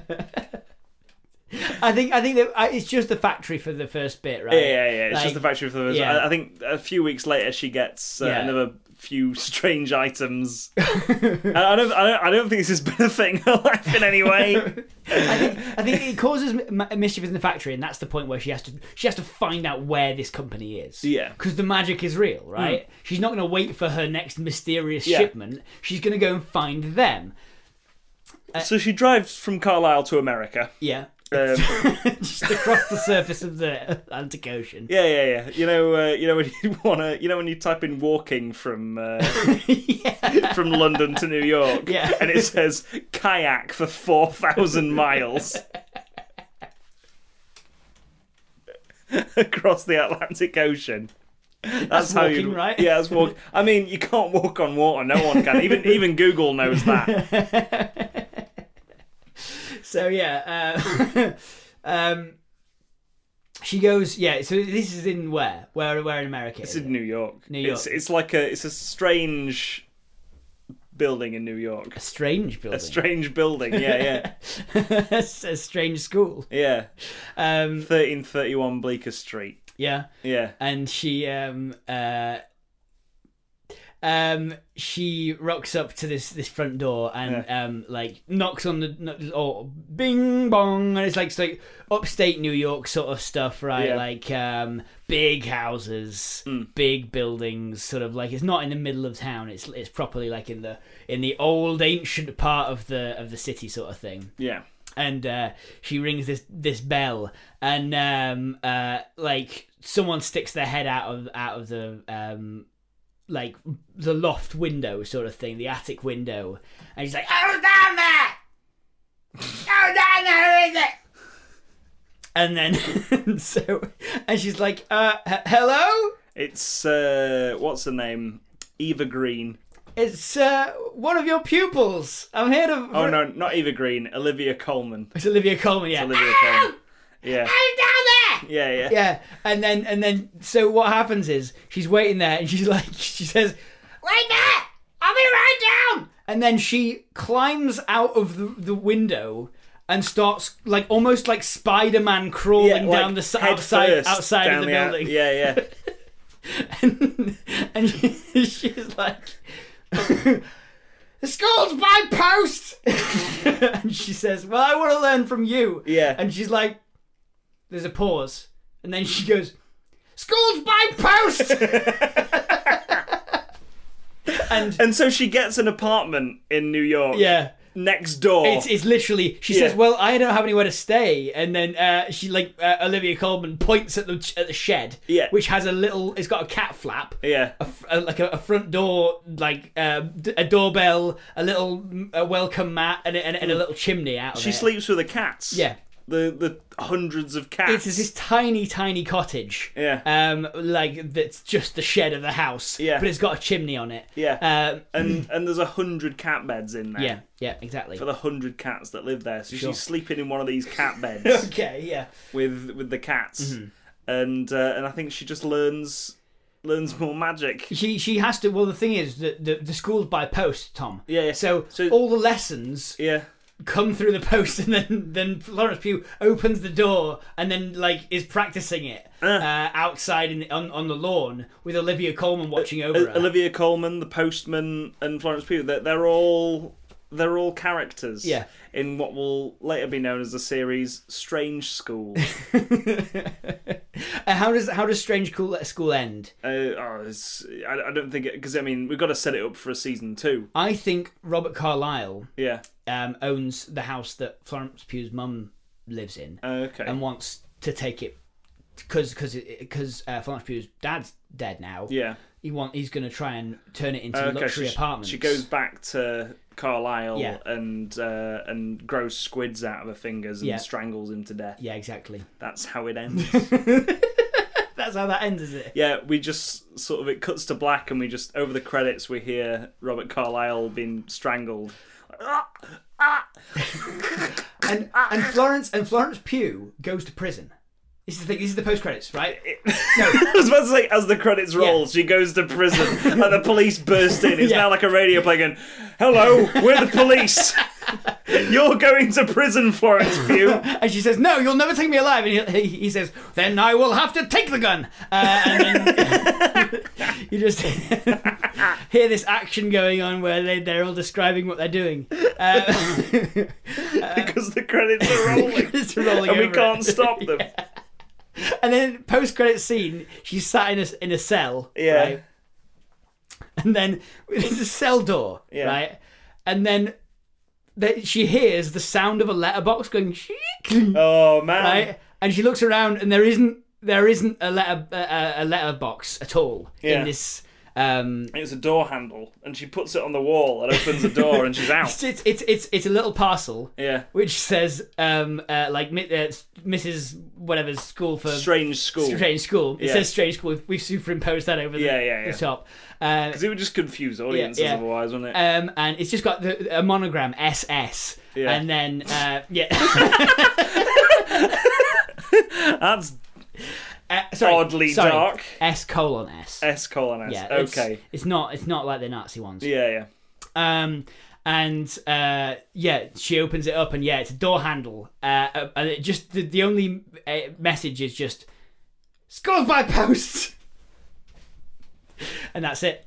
S3: I think I think that I, it's just the factory for the first bit, right?
S2: yeah, yeah, yeah. It's
S3: Like-
S2: just the factory for the.
S3: yeah.
S2: I, I think a few weeks later she gets uh,
S3: Yeah.
S2: another few strange items. I, I don't, I don't, I don't think this is benefiting her life in any way.
S3: I think I think it causes m- m- mischief in the factory, and that's the point where she has to she has to find out where this company is.
S2: Yeah. Hmm.
S3: because the magic is real, right? She's not going to wait for her next mysterious
S2: Yeah.
S3: shipment. She's going to go and find them.
S2: so she drives from Carlisle to America.
S3: Yeah,
S2: Um,
S3: just across the surface of the Atlantic Ocean.
S2: yeah, yeah, yeah. You know, uh, you know when you wanna, you know when you type in walking from uh, from London to New York,
S3: Yeah.
S2: and it says kayak for four thousand miles across the Atlantic Ocean. That's, how
S3: walking,
S2: you,
S3: right?
S2: Yeah, that's walk. I mean, you can't walk on water. No one can. Even even Google knows that.
S3: so yeah, uh, um, she goes. Yeah, so this is in where? Where? Where in America?
S2: It's
S3: is it?
S2: in New York.
S3: New
S2: It's, it's like a it's a strange building in New York.
S3: a strange building.
S2: A strange building. Yeah, yeah,
S3: It's a strange school.
S2: yeah.
S3: Um,
S2: Thirteen thirty one Bleecker Street.
S3: yeah,
S2: Yeah.
S3: and she um uh. Um, she rocks up to this this front door and um like knocks on the kno- or bing bong and it's like it's like upstate New York sort of stuff right
S2: Yeah. Mm.
S3: like um big houses big buildings sort of like it's not in the middle of town it's it's properly like in the in the old ancient part of the of the city sort of thing
S2: Yeah.
S3: and uh, she rings this this bell, and um, uh, like someone sticks their head out of out of the um, like the loft window sort of thing, the attic window, and she's like, "Oh, down there! Oh, down there who is it?" And then and so, and she's like, uh, h- "Hello,
S2: It's uh what's her name? Eva Green.
S3: it's uh, one of your pupils. I'm here to."
S2: Oh no, not Eva Green. Olivia Coleman.
S3: It's Olivia Coleman. Yeah.
S2: Olivia Coleman. Yeah.
S1: I'm down there!
S2: Yeah, yeah.
S3: yeah and then and then so what happens is she's waiting there and she's like she says
S1: Wait there! I'll be right down!
S3: and then she climbs out of the, the window and starts like almost like spider-man crawling
S2: like,
S3: down the s-
S2: head
S3: outside
S2: first
S3: outside
S2: down
S3: of the,
S2: out-
S3: building
S2: Yeah, yeah.
S3: and, and she, she's like the school's by post and she says well i want to learn from you
S2: Yeah.
S3: and she's like there's a pause and then she goes school's by post and
S2: And so she gets an apartment in New York
S3: yeah
S2: next door.
S3: It's, it's literally she
S2: Yeah.
S3: says, "Well, I don't have anywhere to stay," and then uh, she like uh, Olivia Colman points at the ch- at the shed,
S2: Yeah.
S3: which has a little. It's got a cat flap,
S2: yeah.
S3: a f- a- like a, a front door, like um, d- a doorbell, a little mm, a welcome mat, and a, and, a- and a little chimney out. Of
S2: Hmm. She
S3: it.
S2: sleeps with the cats.
S3: Yeah.
S2: The the hundreds of
S3: It's
S2: cats.
S3: this tiny, tiny cottage.
S2: Yeah.
S3: Um, like that's just the shed of the house.
S2: Yeah.
S3: But it's got a chimney on it.
S2: yeah.
S3: Um.
S2: and and there's a hundred cat beds in there.
S3: Yeah. Yeah. Exactly.
S2: For the hundred cats that live there. So
S3: Sure.
S2: she's sleeping in one of these cat beds.
S3: Okay. Yeah.
S2: with with the cats,
S3: Mm-hmm.
S2: and uh, and I think she just learns learns more magic.
S3: She she has to. Well, the thing is that the, the school's by post, Tom.
S2: Yeah, yeah.
S3: So,
S2: So-
S3: all the lessons
S2: Yeah,
S3: come through the post, and then then Florence Pugh opens the door and then like is practicing it uh. outside in the, on on the lawn with Olivia Colman watching over her.
S2: Olivia Coleman, the postman, and Florence Pugh. They're, they're all they're all characters.
S3: Yeah.
S2: in what will later be known as the series Strange School.
S3: Uh, how does how does Strange Cool at School end?
S2: uh, oh, it's, I, I don't think because I mean we've got to set it up for a season two.
S3: I think Robert Carlyle
S2: Yeah.
S3: um, owns the house that Florence Pugh's mum lives in.
S2: Uh, okay.
S3: and wants to take it because because because uh, Florence Pugh's dad's dead now.
S2: yeah.
S3: He want he's going to try and turn it into
S2: Uh, Okay.
S3: luxury
S2: she,
S3: apartments.
S2: She goes back to. Carlisle
S3: Yeah.
S2: and uh, and grows squids out of her fingers and
S3: Yeah.
S2: strangles him to death.
S3: Yeah, exactly.
S2: That's how it ends.
S3: That's how that ends, is it?
S2: yeah, we just sort of it cuts to black, and we just over the credits we hear Robert Carlyle being strangled.
S3: And and Florence and Florence Pugh goes to prison. This is the thing. This is the post credits, right?
S2: I was about to say, as the credits roll, she goes to prison, and the police burst in. It's
S3: Yeah.
S2: now like a radio play going, "Hello, we're the police. You're going to prison, Florence Pugh."
S3: And she says, "No, you'll never take me alive." And he, he, he says, "Then I will have to take the gun." Uh, and then you just hear this action going on where they, they're all describing what they're doing. Uh,
S2: because the credits are rolling,
S3: it's rolling
S2: and we
S3: over
S2: can't
S3: it.
S2: stop them.
S3: And then post credit scene, she's sat in a in a cell.
S2: Yeah.
S3: Right? And then there's a cell door,
S2: Yeah.
S3: right? And then that she hears the sound of a letterbox going,
S2: Oh man,
S3: right? And she looks around, and there isn't there isn't a letter a, a- a letterbox at all
S2: Yeah.
S3: in this. Um,
S2: It's a door handle, and she puts it on the wall and opens the door, and she's out.
S3: it's, it's it's it's it's a little parcel
S2: Yeah.
S3: which says um uh, like mi- uh, Mrs. Whatever's school for
S2: Strange school. Because
S3: strange school. It
S2: Yeah.
S3: says strange school. We've, we've superimposed that over the,
S2: Yeah, yeah, yeah.
S3: the top. Uh,
S2: it would just confuse audiences
S3: yeah.
S2: otherwise, wouldn't it?
S3: um, and it's just got the, a monogram SS,
S2: Yeah.
S3: and then uh, yeah,
S2: That's
S3: Uh, sorry,
S2: Oddly
S3: sorry.
S2: dark.
S3: S colon S.
S2: S colon S.
S3: yeah, it's-
S2: okay.
S3: It's, not it's not like the Nazi ones.
S2: Yeah, yeah.
S3: Um, and uh, yeah, she opens it up, and yeah, it's a door handle. Uh, and it just the, the only uh, message is just "Scores by post," and that's it.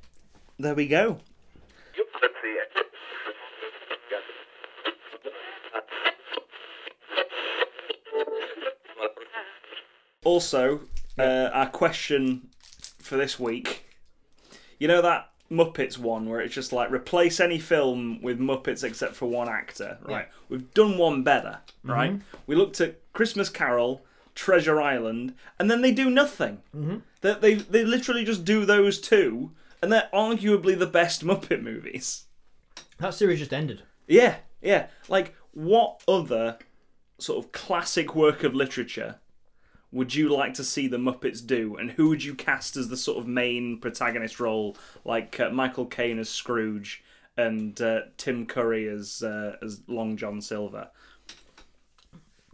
S2: There we go. Also, uh, our question for this week. You know that Muppets one where it's just like replace any film with Muppets except for one actor, right? We've done one better, right? We looked at Christmas Carol, Treasure Island, and then they do nothing. That they they literally just do those two, and they're arguably the best Muppet movies.
S3: That series just ended.
S2: Yeah, yeah. Like, what other sort of classic work of literature would you like to see the Muppets do, and who would you cast as the sort of main protagonist role, like uh, Michael Caine as Scrooge and uh, Tim Curry as uh, as Long John Silver?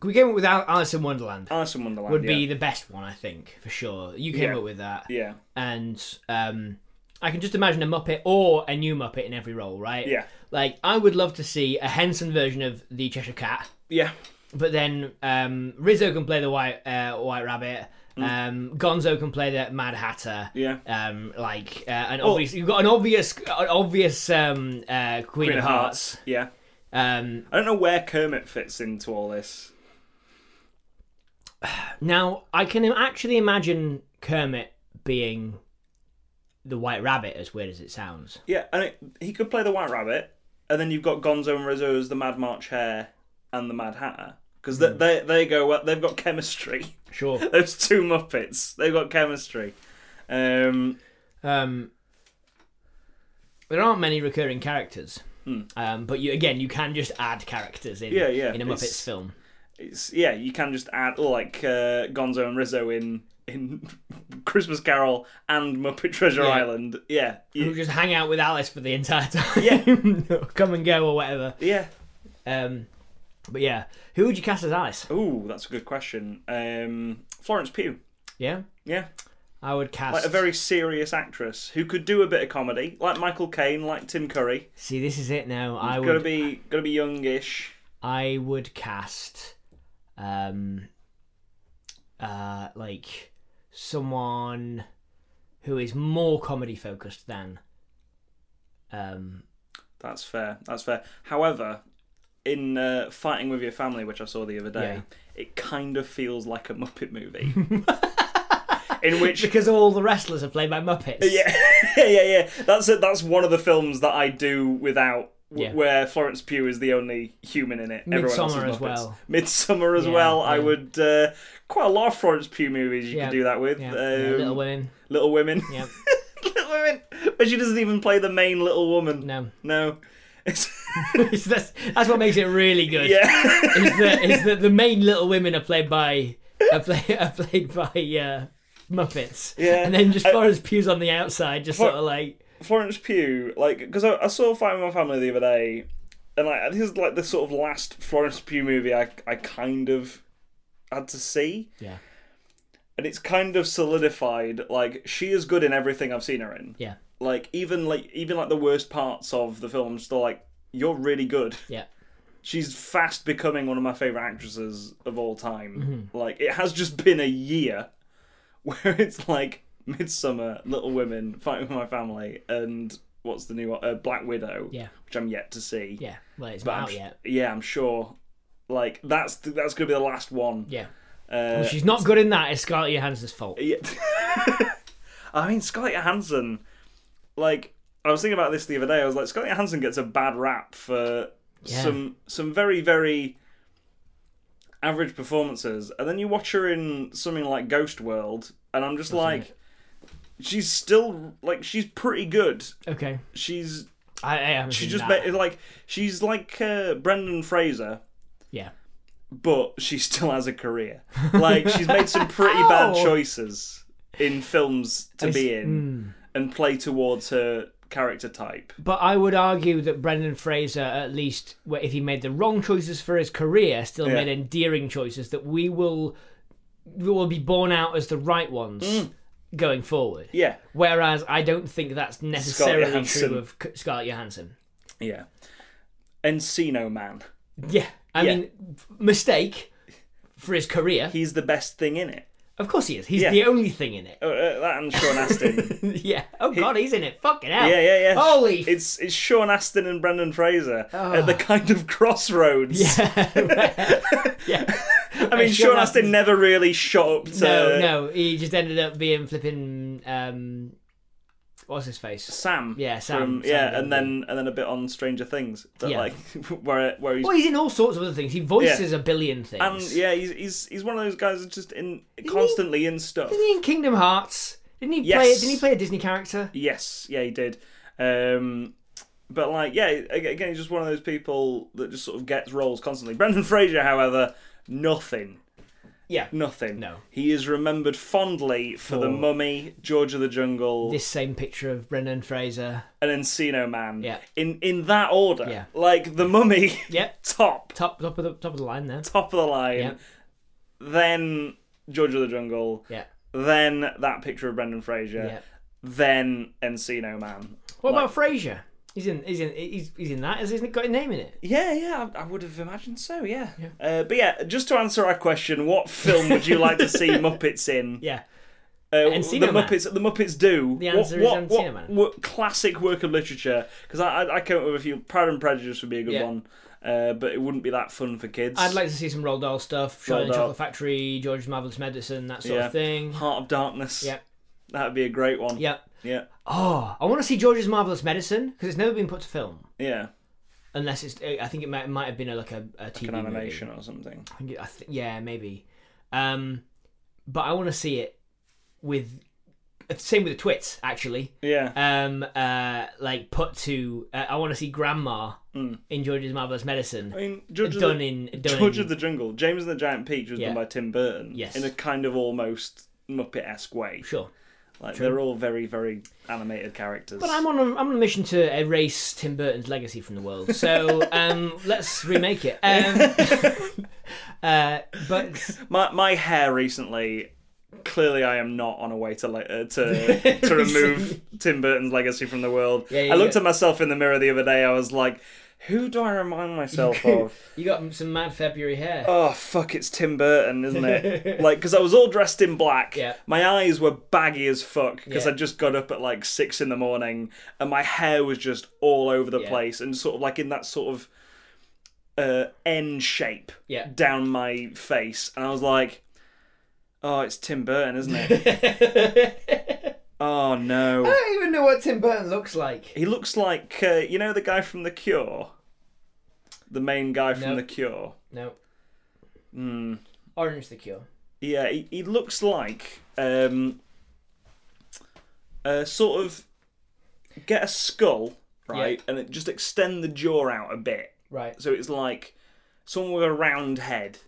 S3: We came up with Al- Alice in Wonderland.
S2: Alice in Wonderland
S3: would be
S2: yeah.
S3: the best one, I think, for sure. You came
S2: Yeah.
S3: up with that,
S2: yeah,
S3: and um, I can just imagine a Muppet or a new Muppet in every role, right?
S2: Yeah.
S3: Like I would love to see a Henson version of the Cheshire Cat,
S2: yeah,
S3: but then um, Rizzo can play the White uh, White Rabbit. Um, Gonzo can play the Mad Hatter.
S2: Yeah.
S3: Um, like uh, an obvious, you've got an obvious, an obvious um, uh,
S2: Queen
S3: Queen, of
S2: of
S3: Hearts.
S2: yeah.
S3: Um,
S2: I don't know where Kermit fits into all this.
S3: now I can actually imagine Kermit being the White Rabbit, as weird as it sounds.
S2: Yeah, and it, he could play the White Rabbit, and then you've got Gonzo and Rizzo as the Mad March Hare and the Mad Hatter. Because they, they, they go, well, they've got chemistry.
S3: Sure.
S2: Those two Muppets, they've got chemistry. Um,
S3: Um, there aren't many recurring characters, um, but you again you can just add characters in
S2: Hmm. Yeah, yeah,
S3: in a
S2: it's-
S3: Muppets film.
S2: it's, yeah, you can just add, like, uh, Gonzo and Rizzo in, in Christmas Carol and Muppet Treasure
S3: Yeah.
S2: Island. Yeah,
S3: Who
S2: you-
S3: just hang out with Alice for the entire time.
S2: Yeah.
S3: Or come and go or whatever.
S2: yeah.
S3: Um, but yeah, who would you cast as Alice?
S2: Ooh, that's a good question. Um, Florence Pugh.
S3: Yeah,
S2: Yeah,
S3: I would cast.
S2: like a very serious actress who could do a bit of comedy, like Michael Caine, like Tim Curry.
S3: See, this is it now. I
S2: Gotta
S3: would.
S2: be gotta be youngish.
S3: I would cast, um, uh, like someone who is more comedy focused than, um,
S2: That's fair. That's fair. However, in uh, Fighting with Your Family, which I saw the other day, it kind of feels like a Muppet movie. in which
S3: because all the wrestlers are played by Muppets.
S2: yeah, yeah, yeah, yeah. That's it. That's one of the films that I do without. w-
S3: Yeah.
S2: Where Florence Pugh is the only human in it. Everyone else is
S3: Midsommar as
S2: Muppets.
S3: well.
S2: Midsummer as
S3: Yeah,
S2: well. I
S3: yeah.
S2: would uh, quite a lot of Florence Pugh movies you
S3: Yeah,
S2: could do that with.
S3: Yeah,
S2: Um,
S3: yeah, Little
S2: Little,
S3: Women.
S2: Women.
S3: Yeah,
S2: Little Women. But she doesn't even play the main Little Woman.
S3: no,
S2: No. It's
S3: It's- that's that's what makes it really good.
S2: yeah.
S3: is that is that the main Little Women are played by are, play, are played by uh, Muppets.
S2: Yeah.
S3: and then just
S2: Uh,
S3: Forrest Pugh's on the outside, just sort of like
S2: Florence Pugh, like, because I, I saw Fight with My Family the other day, and like this is like the sort of last Florence Pugh movie I I kind of had to see,
S3: yeah,
S2: and it's kind of solidified. Like she is good in everything I've seen her in.
S3: yeah,
S2: Like even like even like the worst parts of the film, I'm still like you're really good.
S3: yeah.
S2: She's fast becoming one of my favorite actresses of all time.
S3: Mm-hmm.
S2: Like it has just been a year where it's like Midsummer, Little Women, Fighting with My Family, and what's the new one? Uh, Black Widow,
S3: Yeah.
S2: which I'm yet to see.
S3: Yeah, well, it's
S2: But
S3: not
S2: I'm
S3: out
S2: s-
S3: yet.
S2: Yeah, I'm sure. Like that's th- that's gonna be the last one.
S3: Yeah,
S2: Uh,
S3: she's not good in that. It's Scarlett Johansson's fault.
S2: yeah. I mean, Scarlett Johansson. Like I was thinking about this the other day. I was like, Scarlett Johansson gets a bad rap for
S3: Yeah.
S2: some some very very average performances, and then you watch her in something like Ghost World, and I'm just like, she's still like she's pretty good.
S3: Okay.
S2: She's
S3: I, I haven't
S2: she
S3: seen
S2: just
S3: that.
S2: ba- like she's like uh, Brendan Fraser,
S3: yeah.
S2: but she still has a career. Like she's made some pretty bad
S3: Ow.
S2: choices in films to
S3: I
S2: be
S3: s- hmm.
S2: in and play towards her character type.
S3: But I would argue that Brendan Fraser, at least wh- if he made the wrong choices for his career, still
S2: Yeah.
S3: made endearing choices that we will will be borne out as the right ones
S2: Mm.
S3: going forward.
S2: Yeah,
S3: Whereas I don't think that's necessarily
S2: Johansson.
S3: true of C- Scarlett Johansson.
S2: yeah. Encino Man.
S3: Yeah, I
S2: Yeah.
S3: mean, f- mistake for his career.
S2: He's the best thing in it.
S3: of course he is. He's
S2: Yeah.
S3: the only thing in it.
S2: Uh, uh, that and Sean Astin.
S3: yeah. Oh God, he's in it. Fucking hell.
S2: Yeah, yeah, yeah.
S3: Holy Oh.
S2: It's it's Sean Astin and Brendan Fraser at the kind of crossroads.
S3: yeah.
S2: I mean, Sean Astin never really shot up to
S3: No, no, he just ended up being flipping. Um, what's his face?
S2: Sam.
S3: Yeah, Sam,
S2: from-
S3: Sam
S2: yeah,
S3: Duncan.
S2: and then and then a bit on Stranger Things, that,
S3: Yeah.
S2: like where where he's
S3: Well, he's in all sorts of other things. He voices a billion things.
S2: and yeah, he's he's he's one of those guys that's just in constantly in stuff.
S3: Wasn't he in Kingdom Hearts? Didn't he play?
S2: Yes.
S3: Didn't he play a Disney character?
S2: Yes, yeah, he did. Um, but like, yeah, ag- again, he's just one of those people that just sort of gets roles constantly. Brendan Fraser, however, nothing.
S3: Yeah.
S2: Nothing.
S3: No.
S2: He is remembered fondly for The
S3: For-
S2: Mummy, George of the Jungle,
S3: This same picture of Brendan Fraser.
S2: and Encino Man.
S3: Yeah.
S2: In in that order.
S3: Yeah.
S2: Like The Mummy,
S3: Yeah.
S2: top
S3: Top top of the top of the line there.
S2: top of the line.
S3: Yeah.
S2: Then George of the Jungle.
S3: Yeah.
S2: Then that picture of Brendan Fraser.
S3: Yeah.
S2: Then Encino Man.
S3: What about Fraser? He's in. He's in. He's, he's in that. Has he got his name in it?
S2: Yeah, yeah, I, I would have imagined so. Yeah. Uh, but yeah, just to answer our question, what film would you like to see Muppets in?
S3: Yeah.
S2: Uh,
S3: Encino
S2: the
S3: Man.
S2: Muppets, the Muppets do.
S3: The answer is
S2: what, what,
S3: Encino Man.
S2: What classic work of literature? Because I, I, I came up with a few. Pride and Prejudice would be a good
S3: Yeah.
S2: one, uh, but it wouldn't be that fun for kids.
S3: I'd like to see some Roald Dahl stuff.
S2: Roald
S3: Charlie and the
S2: Dahl.
S3: Chocolate Factory, George's Marvelous Medicine, that sort
S2: Yeah.
S3: of thing.
S2: Heart of Darkness.
S3: Yeah.
S2: that would be a great one.
S3: Yeah.
S2: yeah,
S3: Oh, I want to see George's Marvelous Medicine because it's never been put to film.
S2: yeah.
S3: Unless it's, I think it might, might have been a, like a, a TV
S2: An
S3: movie.
S2: animation or something.
S3: I think it- I thi- yeah, maybe. Um, but I want to see it with same with the twits actually.
S2: Yeah,
S3: Um, uh, like put to uh, I want to see Grandma in George's Marvelous Medicine
S2: I mean, George of,
S3: done
S2: the,
S3: in done
S2: George
S3: in,
S2: of the Jungle, James and the Giant Peach was
S3: Yeah.
S2: done by Tim Burton.
S3: Yes.
S2: in a kind of almost Muppet-esque way.
S3: sure.
S2: Like they're all very, very animated characters.
S3: But I'm on a, I'm on a mission to erase Tim Burton's legacy from the world. So um, let's remake it. Um, uh, but
S2: my my hair recently. Clearly, I am not on a way to le- uh, to to remove Tim Burton's legacy from the world.
S3: Yeah, yeah,
S2: I looked
S3: yeah.
S2: at myself in the mirror the other day. I was like, "Who do I remind myself of?"
S3: you got some mad February hair.
S2: Oh fuck! It's Tim Burton, isn't it? like, because I was all dressed in black.
S3: Yeah.
S2: My eyes were baggy as fuck because
S3: Yeah.
S2: I just got up at like six in the morning, and my hair was just all over the
S3: Yeah.
S2: place and sort of like in that sort of uh, N shape
S3: Yeah.
S2: down my face, and I was like, "Oh, it's Tim Burton, isn't it? oh no."
S3: don't even know what Tim Burton looks like.
S2: He looks like uh, you know the guy from The Cure, the main guy from
S3: No.
S2: The Cure.
S3: No. Hmm. Orange the Cure.
S2: Yeah, he, he looks like um, uh, sort of get a skull right, and it just extend the jaw out a bit,
S3: Right.
S2: so it's like someone with a round head.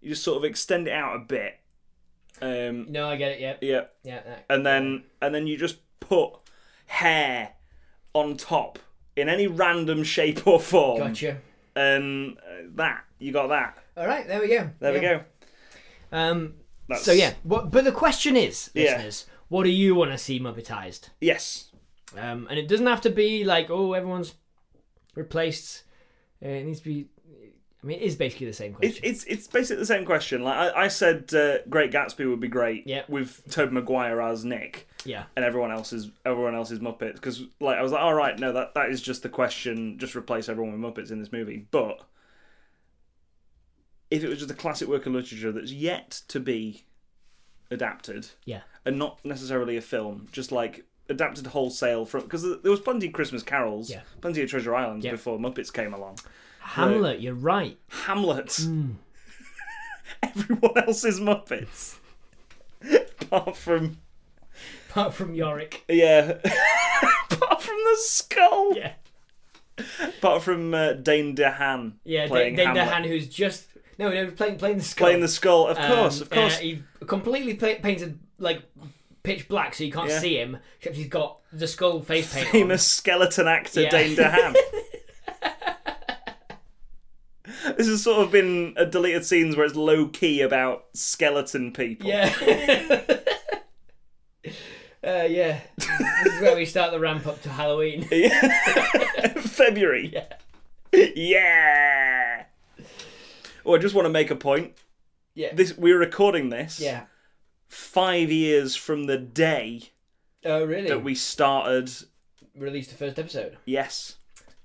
S2: You just sort of extend it out a bit, um,
S3: No, I get it. Yeah.
S2: yeah,
S3: Yeah. that-
S2: and then and then you just put hair on top in any random shape or form,
S3: Gotcha.
S2: and uh, that you got that.
S3: All right. There we go.
S2: There we go.
S3: go. Um.
S2: That's-
S3: So yeah. What? But the question is,
S2: Yeah.
S3: listeners, what do you want to see Muppetized?
S2: Yes.
S3: Um, and it doesn't have to be like, oh, everyone's replaced. Uh, it needs to be. I mean, it is basically the same
S2: It's
S3: question.
S2: it's it's basically the same question. Like I, I said, uh, Great Gatsby would be great
S3: Yeah.
S2: with Tobey Maguire as Nick
S3: yeah.
S2: and everyone else is everyone else is Muppets because like I was like, all right, no, that that is just the question. Just replace everyone with Muppets in this movie. But if it was just a classic work of literature that's yet to be adapted
S3: Yeah.
S2: and not necessarily a film, just like adapted wholesale from because there was plenty of Christmas carols,
S3: Yeah.
S2: plenty of Treasure Island
S3: Yeah.
S2: before Muppets came along.
S3: Hamlet. You're right.
S2: Hamlet.
S3: Hmm.
S2: Everyone else is Muppets. Apart from
S3: apart from Yorick.
S2: Yeah. Apart from the skull.
S3: Yeah,
S2: Apart from uh, Dane DeHaan
S3: yeah.
S2: playing
S3: Dan Dan
S2: Hamlet.
S3: DeHaan, who's just no, no, playing playing the skull.
S2: Playing the skull, of course,
S3: Um,
S2: of course.
S3: uh, he completely pla painted like pitch black, so you can't
S2: Yeah.
S3: see him. Except he's got the skull face paint. on.
S2: famous skeleton actor
S3: Yeah.
S2: Dane DeHaan. this has sort of been a deleted scenes where it's low key about skeleton people.
S3: Yeah. uh, yeah. this is where we start the ramp up to Halloween.
S2: February. Yeah. Oh, I just want to make a point.
S3: Yeah.
S2: This we're recording this
S3: yeah.
S2: five years from the day
S3: Oh, really?
S2: that we started.
S3: Released the first episode.
S2: Yes.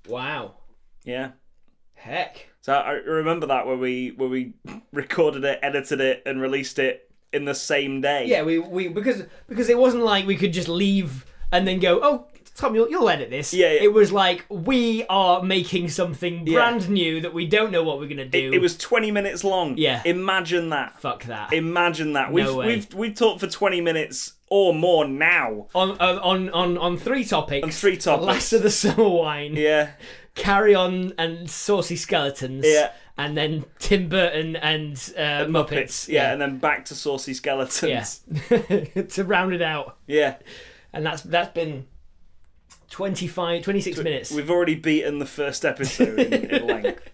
S3: Wow.
S2: Yeah.
S3: Heck.
S2: So I I remember that where we where we recorded it, edited it, and released it in the same day.
S3: Yeah, we, we because because it wasn't like we could just leave and then go, oh, Tom, you'll, you'll edit this.
S2: Yeah, yeah.
S3: It was like we are making something brand new that we don't know what we're gonna do.
S2: It was 20 minutes long.
S3: Yeah.
S2: Imagine that.
S3: fuck that.
S2: Imagine that. We've
S3: way.
S2: we've we've talked for 20 minutes or more now.
S3: on, on on on on three topics. On
S2: three topics.
S3: Last of the summer wine.
S2: Yeah.
S3: Carry on and saucy skeletons.
S2: Yeah.
S3: And then Tim Burton and uh, Muppets.
S2: It's, yeah, and then back to saucy skeletons.
S3: Yeah. to round it out,
S2: Yeah.
S3: and that's that's been 25, 26 minutes.
S2: We've already beaten the first episode in, in length.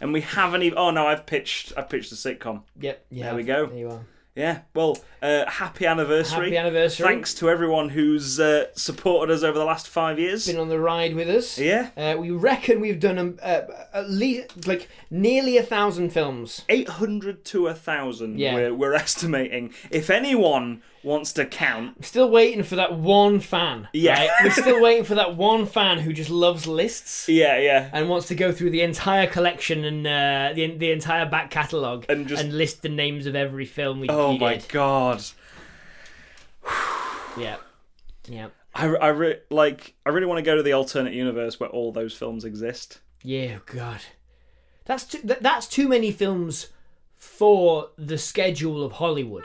S2: And we haven't even Oh no, I've pitched I've pitched a sitcom.
S3: Yep. Yeah.
S2: we go.
S3: There you are.
S2: Yeah. Well, uh, happy anniversary.
S3: Happy anniversary.
S2: Thanks to everyone who's uh, supported us over the last 5 years.
S3: Been on the ride with us.
S2: Yeah.
S3: Uh, we reckon we've done um, uh, at least like nearly a thousand films.
S2: 800 to 1000
S3: Yeah.
S2: we're, we're estimating if anyone wants to count
S3: Still waiting for that one fan.
S2: Yeah.
S3: right? We're still waiting for that one fan who just loves lists
S2: yeah yeah
S3: and wants to go through the entire collection and uh, the the entire back catalogue
S2: And just-
S3: list the names of every film we
S2: oh
S3: you
S2: my
S3: did.
S2: god
S3: Yeah. Yeah.
S2: I, I re- like i really want to go to the alternate universe where all those films exist
S3: Yeah, oh god. That's too th- that's too many films for the schedule of Hollywood.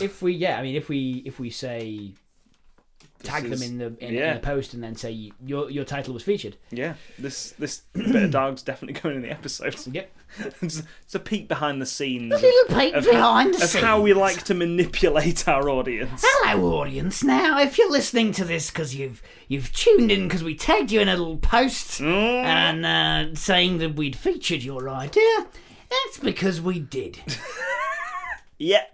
S3: If we yeah, I mean if we if we say tag
S2: is-
S3: them in the in,
S2: yeah.
S3: in the post and then say your your title was featured.
S2: yeah this this bit of dog's definitely going in the episode
S3: Yep.
S2: it's, it's a peek behind the scenes of,
S4: Little peek
S2: of
S4: behind
S2: how,
S4: the
S2: of how we like to manipulate our audience
S4: Hello, audience. Now, if you're listening to this because you've you've tuned in because we tagged you in a little post
S2: Mm.
S4: and uh, saying that we'd featured your idea, that's because we did.
S2: yeah